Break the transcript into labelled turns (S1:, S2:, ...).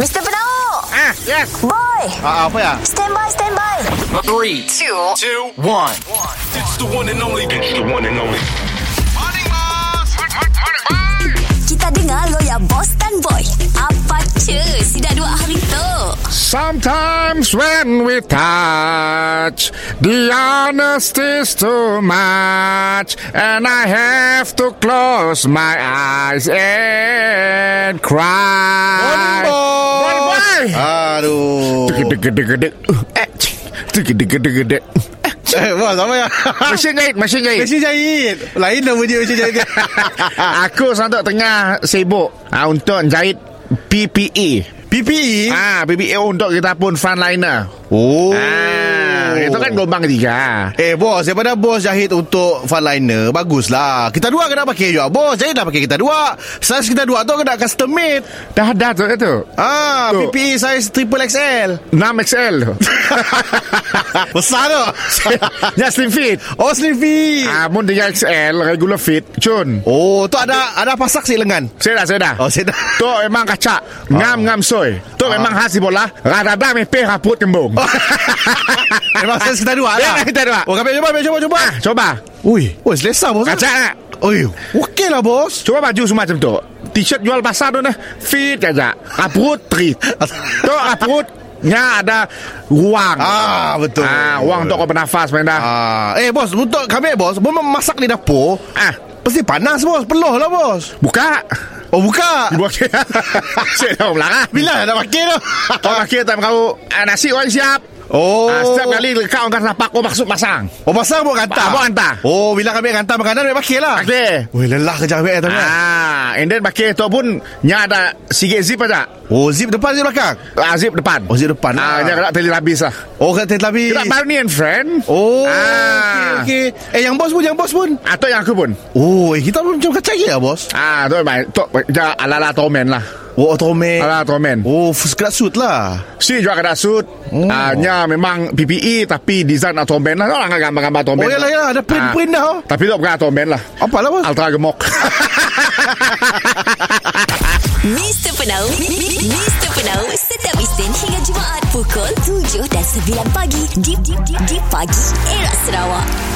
S1: Mr. Penau
S2: Ah, yes.
S1: Boy
S2: Ah, apa ya?
S1: Stand by, stand by
S3: Three, two, two, one.
S4: It's the one and only. It's the one and only.
S1: Kita dengar lo ya Boss dan Boy Apa cuy Sudah dua hari tu
S5: Sometimes when we touch, the honesty's too much, and I have to close my eyes and cry. Ah. One boy.
S2: Aduh.
S5: Degedegedegedeg. Eh, cik. Degedegedegedeg.
S2: Eh, bos, apa ya?
S5: Mesin jahit, mesin jahit.
S2: Mesin Eh, jahit. Lain dah bunyi mesin jahit.
S5: Aku sangat tengah sibuk ah, untuk jahit PPE.
S2: PPE.
S5: Ah, PPE untuk kita pun frontliner.
S2: Oh.
S5: Ah, itu kan gelombang tiga.
S2: Eh bos Daripada bos jahit untuk Frontliner Baguslah Kita dua kena pakai juga Bos jahit dah pakai kita dua Saiz kita dua tu kena custom made
S5: Dah ada tu itu.
S2: Ah,
S5: Tu.
S2: PPE saiz triple XL
S5: 6XL tu.
S2: Besar tu
S5: Ya slim fit.
S2: Oh slim fit
S5: Ah, mun 3XL regular fit, cun.
S2: Oh tu ada Ada pasak si lengan
S5: Saya dah, saya dah.
S2: Oh saya Oh. dah
S5: Tu memang kacak Ngam-ngam soy Tu memang khas di bola Rada-rada mepeh raput kembung
S2: Oh. Memang saiz kita dua lah
S5: Memang kita dua.
S2: Oh kami coba kami coba coba
S5: ah, Coba
S2: Ui Oh selesa bos
S5: Kacak tak?
S2: Ui Okey lah bos
S5: Cuba baju semua macam tu T-shirt jual pasar tu dah Fit kacak Raput treat Tu raput Nya ada ruang
S2: Ah betul
S5: Ah, ruang untuk kau bernafas Mereka
S2: Ah, eh bos, untuk kami bos, bos masak di dapur.
S5: Ah.
S2: Pasti panas bos, peluh lah bos.
S5: Buka
S2: Oh buka.
S5: Buat Cik dah belarah
S2: Bila dah pakai tu?
S5: Kau makin time kau ah, Nasi orang siap
S2: Oh.
S5: ah, Setiap kali kau angkat lapak Kau maksud pasang
S2: Oh pasang buat
S5: Ah,
S2: kantar.
S5: bawa hantar.
S2: Oh, bila kami hantar makanan kami pakai lah.
S5: Okay
S2: Weh, lelah kerja kami eh tadi.
S5: Ah, and then pakai tu pun Nya ada sikit zip aja
S2: Oh, zip depan zip belakang.
S5: ah, Zip depan
S2: Oh, zip depan
S5: ah,
S2: lah.
S5: Nya kena teli habis lah
S2: Oh, kat tetapi.
S5: Kita baru ni and friend
S2: Oh,
S5: ah.
S2: okey okey. Eh, yang bos pun, yang bos pun.
S5: Atau yang aku pun
S2: Oh, eh, kita pun macam kacau lah bos.
S5: Ah, tu memang tu, ja, Ala-ala Tomen lah
S2: Oh, otomen.
S5: Ala Tomen
S2: Oh, skerat suit lah.
S5: Si juga kena suit
S2: Oh.
S5: ah, Nya memang PPE Tapi design Tomen lah Orang gambar-gambar Tomen
S2: Oh, yalah, yalah. Ada print-print dah. oh.
S5: Tapi tu bukan Tomen lah
S2: Apalah bos?
S5: Ultra gemok
S1: Mr. Penau Mi- Mi- Mi- Mr. Penau Setiap Isnin hingga Jumaat Pukul 7 dan 9 pagi Di, di, di, di pagi Era Sarawak